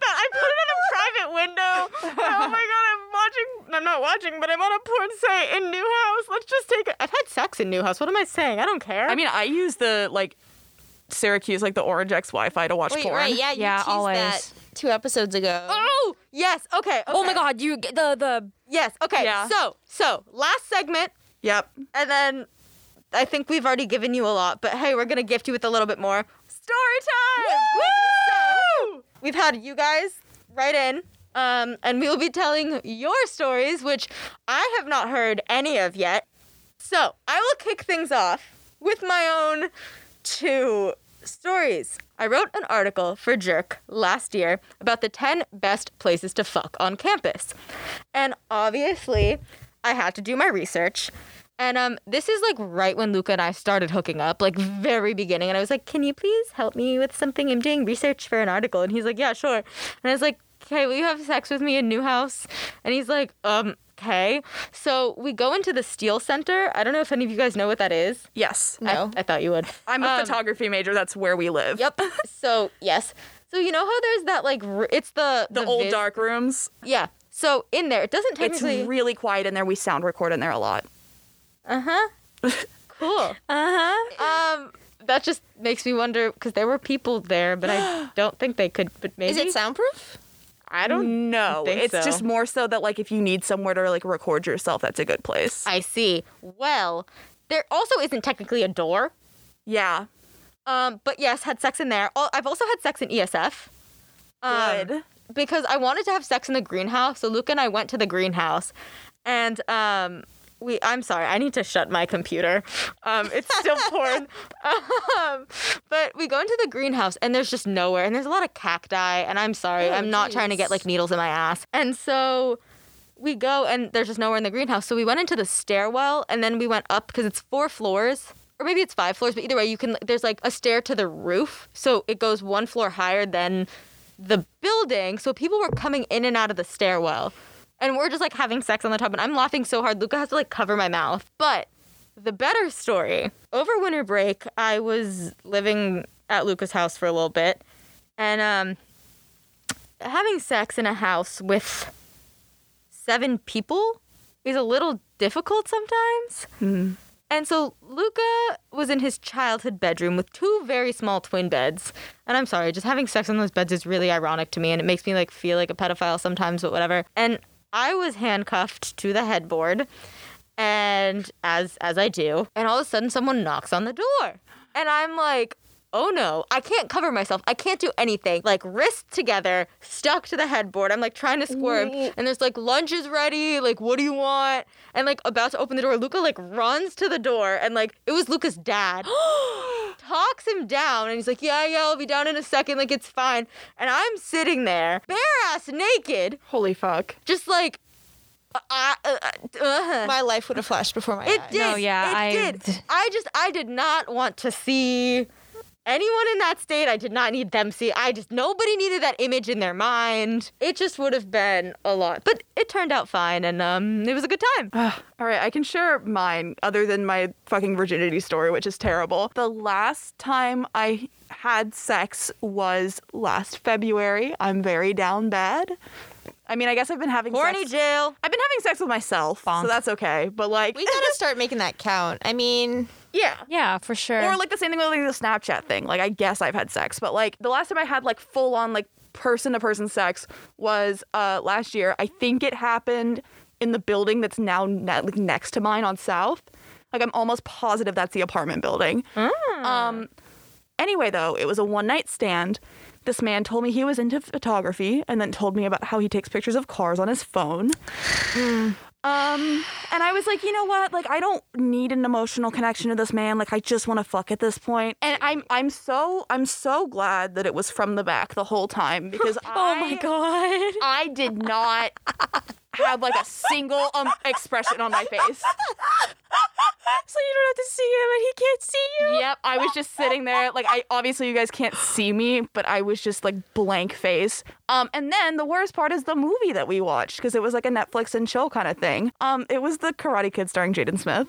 that. I put it in a private window. oh my god, I'm watching. I'm not watching, but I'm on a porn site in Newhouse. Let's just take. A, I've had sex in Newhouse. What am I saying? I don't care.
I mean, I use the like Syracuse like the Orange X Wi-Fi to watch
wait,
porn.
right? Yeah, you
Yeah,
teased
always.
that two episodes ago.
oh yes. Okay,
Oh my
okay.
god, you get the the
Yes. Okay.
Yeah.
So so last segment,
Yep.
and then I think we've already given you a lot, but hey, we're gonna gift you with a little bit more story time. Woo! So, we've had you guys write in. Um, and we will be telling your stories, which I have not heard any of yet. So I will kick things off with my own two stories. I wrote an article for Jerk last year about the 10 best places to fuck on campus. And obviously, I had to do my research. And um, this is like right when Luca and I started hooking up, like very beginning. And I was like, "Can you please help me with something? I'm doing research for an article." And he's like, "Yeah, sure." And I was like, "Okay, will you have sex with me in Newhouse?" And he's like, "Um, okay." So we go into the Steel Center. I don't know if any of you guys know what that is.
Yes.
I-
No.
I, thought you would.
I'm a photography major. That's where we live.
Yep. So yes. So you know how there's that like r- it's the
The, old
vis-
dark rooms.
Yeah. So in there, it doesn't
It's
technically.
really quiet in there. We sound record in there a lot.
uh huh. cool.
uh huh.
Uh-huh.
Um, that just makes me wonder because there were people there, but I don't think they could. But maybe
Is it soundproof?
I don't.
No,
think
it's
so.
just more Mm, so that like if you need somewhere to like record yourself, that's a good place.
I see. Well, there also isn't technically a door.
yeah.
Um, but yes, had sex in there. Al- I've also had sex in ESF. Um,
Good.
because I wanted to have sex in the greenhouse. So Luke and I went to the greenhouse, and um, we. I'm sorry, I need to shut my computer. Um, it's still pouring. Um, but we go into the greenhouse, and there's just nowhere, and there's a lot of cacti. And I'm sorry, I'm not trying to get like needles in my ass. And so we go, and there's just nowhere in the greenhouse. So we went into the stairwell, and then we went up because it's four floors. Or maybe it's five floors, but either way, you can. There's like a stair to the roof, so it goes one floor higher than the building. So people were coming in and out of the stairwell. And we're just like having sex on the top. And I'm laughing so hard. Luca has to like cover my mouth. But the better story over winter break, I was living at Luca's house for a little bit. And um, having sex in a house with seven people is a little difficult sometimes. And so Luca was in his childhood bedroom with two very small twin beds. And I'm sorry, just having sex on those beds is really ironic to me and it makes me like feel like a pedophile sometimes, but whatever. And I was handcuffed to the headboard and as as I do, and all of a sudden someone knocks on the door. And I'm like, "Oh no, I can't cover myself. I can't do anything." Like wrists together, stuck to the headboard. I'm like trying to squirm, and there's like lunges ready, like what do you want? And like about to open the door, Luca like runs to the door and like it was Luca's dad. talks him down and he's like, "Yeah, yeah, I'll be down in a second. Like it's fine." And I'm sitting there, bare ass naked,
Holy fuck.
just like uh, uh, uh, uh,
My life would have flashed before my
it
eyes.
did.
No, yeah,
it
I-
did. I just I did not want to see anyone in that state. I did not need them see. I just nobody needed that image in their mind. It just would have been a lot, but it turned out fine, and um, it was a good time.
All right, I can share mine other than my fucking virginity story, which is terrible. The last time I had sex was last February. I'm very down bad. I mean, I guess I've been having
Horny
sex.
jail.
I've been having sex with myself, so that's okay. But like,
We gotta start making that count. I mean,
Yeah.
Yeah, for sure.
or like the same thing with like, the Snapchat thing. Like, I guess I've had sex, but like the last time I had like full on like person to person sex was uh, last year. I think it happened in the building that's now ne- like next to mine on South. Like I'm almost positive that's the apartment building. Um, anyway, though, it was a one night stand. This man told me he was into photography and then told me about how he takes pictures of cars on his phone. Um, and I was like, you know what? Like, I don't need an emotional connection to this man. Like, I just want to fuck at this point. And I'm, I'm so, I'm so glad that it was from the back the whole time because I,
Oh my god.
I did not have like a single um, expression on my face.
So you don't have to see him and he can't see you.
Yep, I was just sitting there. Like, I obviously you guys can't see me, but I was just like blank face. Um, and then the worst part is the movie that we watched because it was like a Netflix and chill kind of thing. Um, it was the Karate Kid starring Jaden Smith.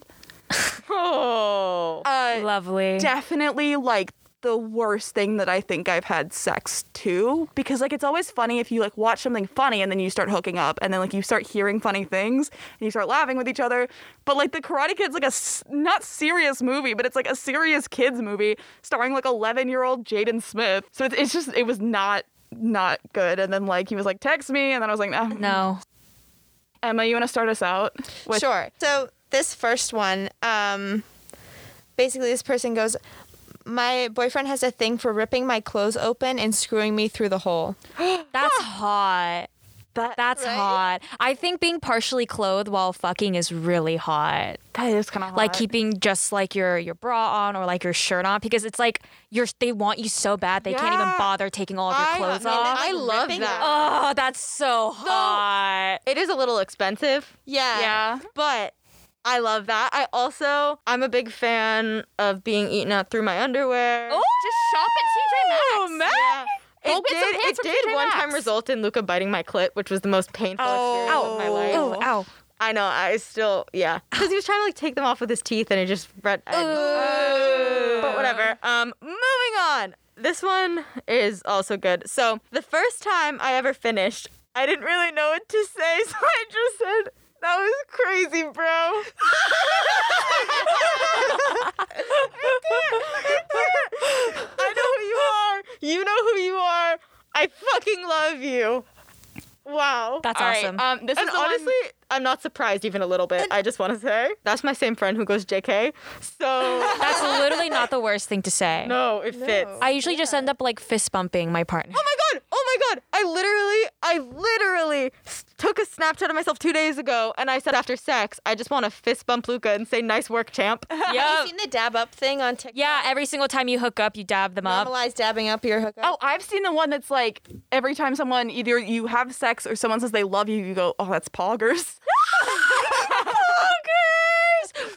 Oh.
Uh,
Lovely.
definitely like the worst thing that I think I've had sex to because like it's always funny if you like watch something funny and then you start hooking up and then like you start hearing funny things and you start laughing with each other but like the Karate Kid's like a s- not serious movie but it's like a serious kids movie starring like 11 year old Jaden Smith so it's, it's just it was not not good and then like he was like text me and then I was like nah.
no.
Emma you want to start us out with
Sure. So this first one, um, basically, this person goes, "My boyfriend has a thing for ripping my clothes open and screwing me through the hole."
That's hot.
that
That's
Right?
hot. I think being partially clothed while fucking is really hot.
that is kind of
Like keeping just like your your bra on or like your shirt on because it's like you're they want you so bad they can't even
Yeah.
bother taking all of your
I-
clothes
I mean,
off.
I love
ripping
that.
Oh, that's so hot.
It is a little expensive.
Yeah.
yeah
but I love that. I also I'm a big fan of being eaten out through my underwear.
Oh,
just shop at TJ Maxx. Yeah.
Go
Oh, It
get some
did,
pants
it
from
did
TJ
one time
Maxx.
result in Luca biting my clit, which was the most painful experience of my life.
Oh, ow.
I know, I still, yeah. Because he was trying to like take them off with his teeth and it just read. But whatever. Um, moving on. This one is also good. So the first time I ever finished, I didn't really know what to say, so I just said, "That was crazy, bro." I know who you are. You know who you are. I fucking love you. Wow.
That's
All right,
awesome.
um this
and
is the one-
honestly, I'm not surprised even a little bit. I just want to say that's my same friend who goes JK. So
that's literally not the worst thing to say.
no, it fits.
I usually just end up like fist bumping my partner.
oh my god! Oh my god! I literally, I literally s- took a Snapchat of myself two days ago, and I said after sex, I just want to fist bump Luca and say nice work, champ.
Have
Yeah.
you seen the dab up thing on TikTok?
Yeah, every single time you hook up, you dab them up.
Normalize dabbing up your hookup.
Oh, I've seen the one that's like every time someone either you have sex or someone says they love you, you go, "Oh, that's poggers."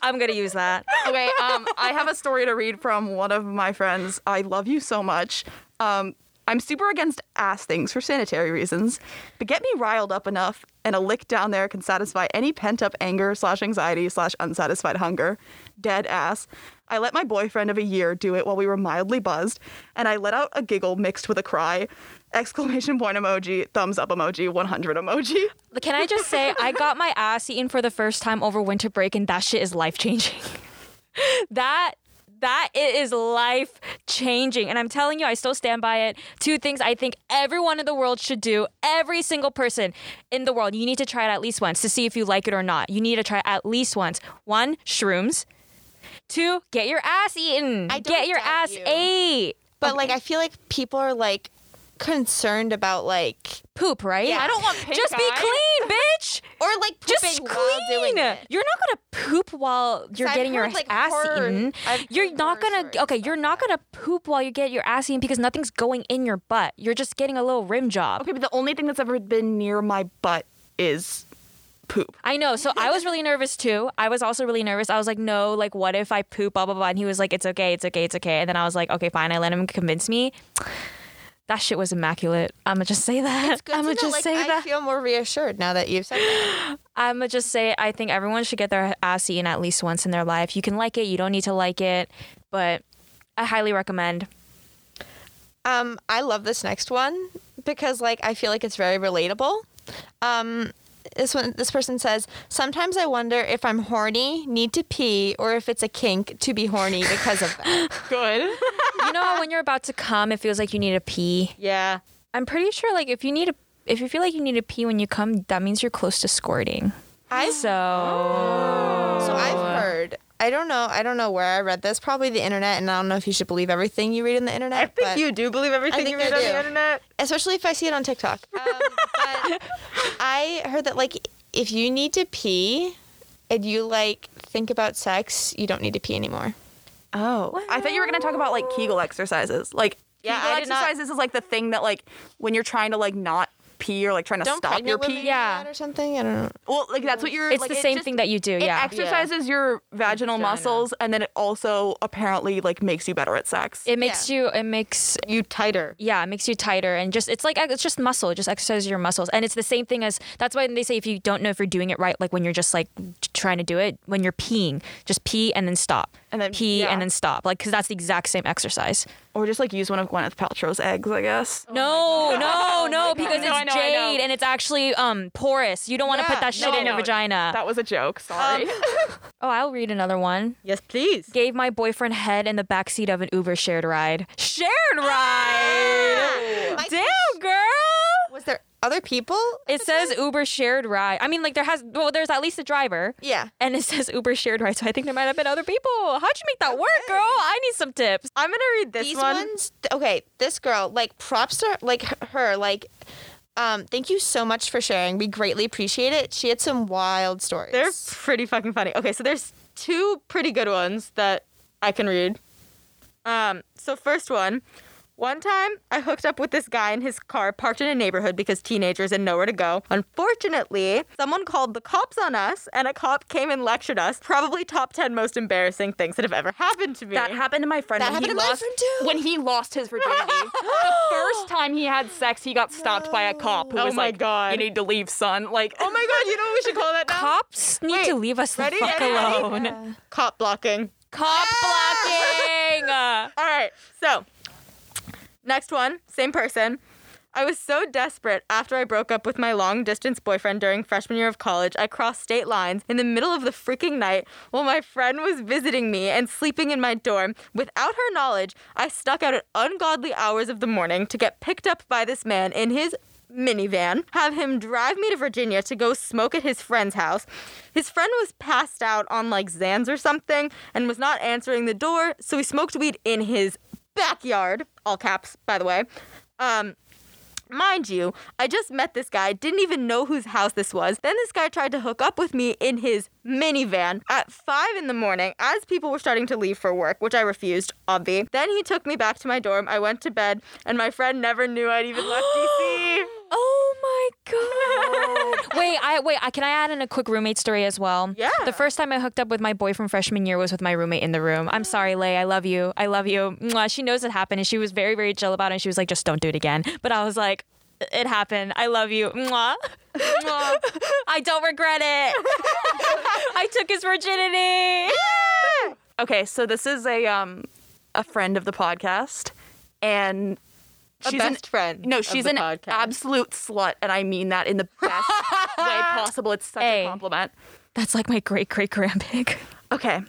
I'm gonna use that.
okay, um, I have a story to read from one of my friends. I love you so much. Um, I'm super against ass things for sanitary reasons, but get me riled up enough, and a lick down there can satisfy any pent up anger slash anxiety slash unsatisfied hunger. Dead ass. I let my boyfriend of a year do it while we were mildly buzzed, and I let out a giggle mixed with a cry. Exclamation point emoji, thumbs up emoji, 100 emoji.
Can I just say I got my ass eaten for the first time over winter break, and that shit is life changing. that that it is life changing, and I'm telling you, I still stand by it. Two things I think everyone in the world should do. Every single person in the world, you need to try it at least once to see if you like it or not. You need to try it at least once. One, shrooms. Two, get your ass eaten.
I don't
get your
doubt
ass
you.
ate.
But like, I feel like people are like concerned about like
Poop, right?
Yeah. I don't want
Just be
pink
clean, bitch.
or like
just
pooping
clean.
while doing it.
You're not gonna poop while you're
I've
getting your
heard, like,
ass
horror-
eaten.
I've
You're
heard
not
horror
gonna
stories
okay. You're not gonna poop while you get your ass eaten because nothing's going in your butt. You're just getting a little rim job.
Okay, but the only thing that's ever been near my butt is poop.
I know. So I was really nervous too. I was also really nervous. I was like, no, like what if I poop? Blah blah blah. And he was like, it's okay, it's okay, it's okay. And then I was like, okay, fine. I let him convince me. That shit was immaculate. I'ma just say that.
Good to
I'ma
know,
just
like,
say
I
that.
feel more reassured now that you've said that.
I'ma just say I think everyone should get their ass eaten at least once in their life. You can like it, you don't need to like it, but I highly recommend.
Um, I love this next one because like I feel like it's very relatable. Um, this one, this person says, sometimes I wonder if I'm horny, need to pee, or if it's a kink to be horny because of that.
Good.
You know, when you're about to come, it feels like you need to pee.
Yeah.
I'm pretty sure like if you need a if you feel like you need to pee when you come, that means you're close to squirting.
I
So
So I've heard. I don't know. I don't know where I read this. Probably the internet, and I don't know if you should believe everything you read on the internet.
I think
but-
you do believe everything
think
you read
I
on the
do.
internet.
especially if I see it on TikTok. Um, but I heard that like if you need to pee and you like think about sex, you don't need to pee anymore.
Oh, I thought you were gonna talk about like Kegel exercises. Like
Yeah,
Kegel
I did not-
exercises is like the thing that like when you're trying to like not pee or like trying to
Don't
stop your
pregnant women
pee.
do
Yeah.
that or something. I don't know.
Well, like that's what you're.
it's
like,
the
it
same
just-
thing that you do,
It
yeah.
exercises your vaginal muscles, and then it also apparently like makes you better at sex.
it makes you it makes
You tighter.
yeah, it makes you tighter and just it's like it's just muscle, it just exercises your muscles. And it's the same thing as that's why they say if you don't know if you're doing it right, like when you're just like trying to do it, when you're peeing, just pee and then stop.
And then-
pee
yeah.
and then stop. Like cuz that's the exact same exercise.
or just like use one of Gwyneth Paltrow's eggs, I guess.
No,
Oh
no, no, because it's
No, I know, I know.
jade and it's actually um porous. You don't want to put that shit in your vagina.
That was a joke. Sorry.
oh, I'll read another one.
Yes, please.
Gave my boyfriend head in the backseat of an Uber shared ride. Shared
Ah!
ride.
My-
Damn, girl.
Was there other people?
It says Uber shared ride. I mean, like there has well, there's at least a driver.
Yeah.
And it says Uber shared ride, so I think there might have been other people. How'd you make that work, girl? I need some tips.
I'm gonna read this
These
one.
ones. th- Okay, this girl. Like props to her, like h- her. Like. Um, thank you so much for sharing. We greatly appreciate it. She had some wild stories.
They're pretty fucking funny. Okay, so there's two pretty good ones that I can read. Um, so first one, one time I hooked up with this guy in his car parked in a neighborhood because teenagers and nowhere to go. Unfortunately, someone called the cops on us, and a cop came and lectured us. Probably top ten most embarrassing things that have ever happened to me.
That happened to my friend.
That
when he
happened to my
lost,
friend too.
When he lost his virginity, the first time he had sex, he got stopped by a cop who
Oh
was
my
like,
God.
"You need to leave, son." Like,
oh my god, you know what we should call that now?
Cops need to leave us the
ready?
fuck
Ready? Ready?
alone.
Cop blocking.
Cop
Ah!
blocking.
All right. So, next one, same person. I was so desperate after I broke up with my long distance boyfriend during freshman year of college. I crossed state lines in the middle of the freaking night while my friend was visiting me and sleeping in my dorm. Without her knowledge, I stuck out at ungodly hours of the morning to get picked up by this man in his minivan, have him drive me to Virginia to go smoke at his friend's house. His friend was passed out on like Zans or something and was not answering the door, so he smoked weed in his backyard, all caps, by the way. Um, Mind you, I just met this guy, didn't even know whose house this was. Then this guy tried to hook up with me in his minivan at 5 in the morning as people were starting to leave for work, which I refused, obvi. Then he took me back to my dorm. I went to bed, and my friend never knew I'd even left DC.
Oh my god! wait, I wait. I, can I add in a quick roommate story as well?
Yeah.
The first time I hooked up with my boyfriend freshman year was with my roommate in the room. I'm sorry, Lay. I love you. I love you. Mwah. She knows it happened, and she was very, very chill about it. And she was like, "Just don't do it again." But I was like, "It happened. I love you." Mwah. Mwah. I don't regret it. I took his virginity.
Okay, so this is a um a friend of the podcast, and
A
she's an-
best friend
No,
of
she's
the
an
podcast.
absolute slut, and I mean that in the best way possible. It's such
Hey.
a compliment.
That's like my great great grandpick.
Okay.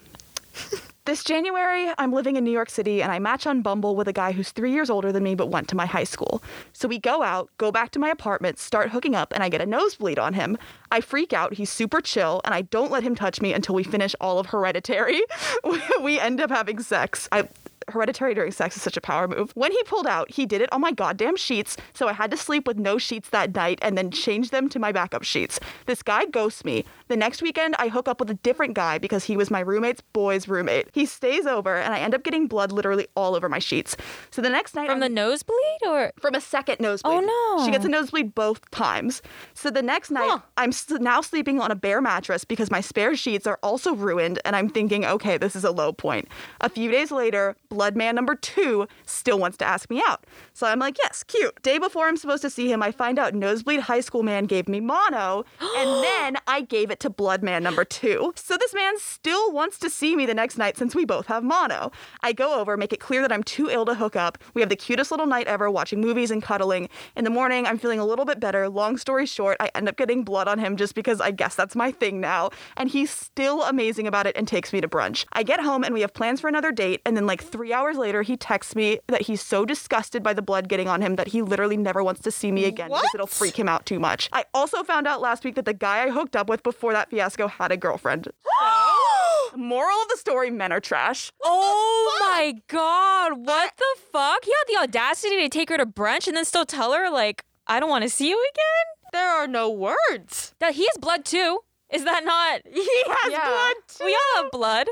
this January, I'm living in New York City and I match on Bumble with a guy who's three years older than me but went to my high school. So we go out, go back to my apartment, start hooking up, and I get a nosebleed on him. I freak out, he's super chill, and I don't let him touch me until we finish all of Hereditary. we end up having sex. I. Hereditary during sex is such a power move. When he pulled out, he did it on my goddamn sheets, so I had to sleep with no sheets that night and then change them to my backup sheets. This guy ghosts me. The next weekend, I hook up with a different guy because he was my roommate's boy's roommate. He stays over, and I end up getting blood literally all over my sheets. So the next night,
From the
I'm-
nosebleed, or
from a second nosebleed.
Oh, no.
She gets a nosebleed both times. So the next night, I'm s- now sleeping on a bare mattress because my spare sheets are also ruined, and I'm thinking, okay, this is a low point. A few days later, blood man number two still wants to ask me out. So I'm like, yes, cute. Day before I'm supposed to see him, I find out nosebleed high school man gave me mono, and then I gave it to blood man number two. So this man still wants to see me the next night since we both have mono. I go over, make it clear that I'm too ill to hook up. We have the cutest little night ever, watching movies and cuddling. In the morning, I'm feeling a little bit better. Long story short, I end up getting blood on him just because I guess that's my thing now. And he's still amazing about it and takes me to brunch. I get home and we have plans for another date. And then, like three three hours later, he texts me that he's so disgusted by the blood getting on him that he literally never wants to see me again because
What?
it'll freak him out too much. I also found out last week that the guy I hooked up with before that fiasco had a girlfriend. So, moral of the story men are trash.
Oh my god, what the fuck? He had the audacity to take her to brunch and then still tell her, like, I don't want to see you again?
There are no words.
That he has blood too. Is that not?
He has
Yeah.
blood. too.
We all have blood.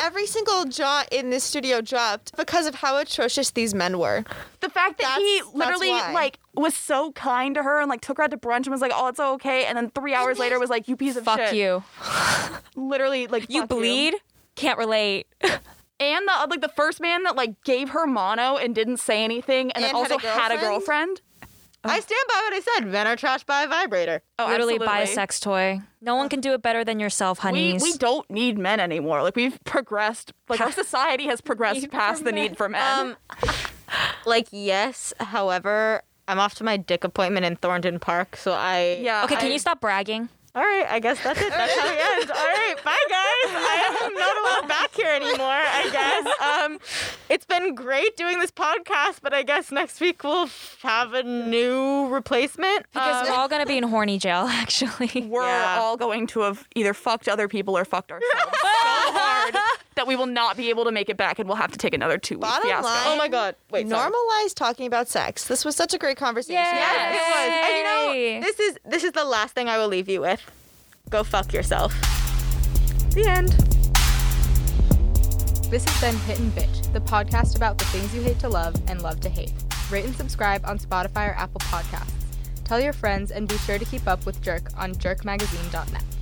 Every single jaw in this studio dropped because of how atrocious these men were.
The fact that he
That's- that's
literally
why.
like was so kind to her and like took her out to brunch and was like, "Oh, it's okay," and then three hours later was like, "You piece of
Fuck
shit."
you.
Literally, like
You
fuck
bleed? Can't relate.
and the like the first man that like gave her mono and didn't say anything and, then
And had a
also had a girlfriend.
I stand by what I said. Men are trash by a vibrator.
Oh,
Literally buy a
absolutely.
sex toy. No
Uh,
one can do it better than yourself,
We,
honeys.
we don't need men anymore. Like we've progressed. Like our society has progressed past the need for men.
Um, like yes. However, I'm off to my dick appointment in Thornton Park, so I
yeah.
okay, can
I-
you stop bragging?
All right, I guess that's it. That's how we end. All right, bye guys. I am not allowed back here anymore. I guess. Um, it's been great doing this podcast, but I guess next week we'll f- have a new replacement.
Because
Um,
we're all gonna be in horny jail, actually.
We're
Yeah.
all going to have either fucked other people or fucked ourselves so hard that we will not be able to make it back, and we'll have to take another two weeks.
Bottom line,
oh my god. Wait, sorry.
normalize talking about sex. This was such a great conversation.
Yes, it was. And you
Yay.
know, this is this is the last thing I will leave you with. Go fuck yourself. The end.
This has been Hit and Bitch, the podcast about the things you hate to love and love to hate. Rate and subscribe on Spotify or Apple Podcasts. Tell your friends and be sure to keep up with Jerk on jerkmagazine.net.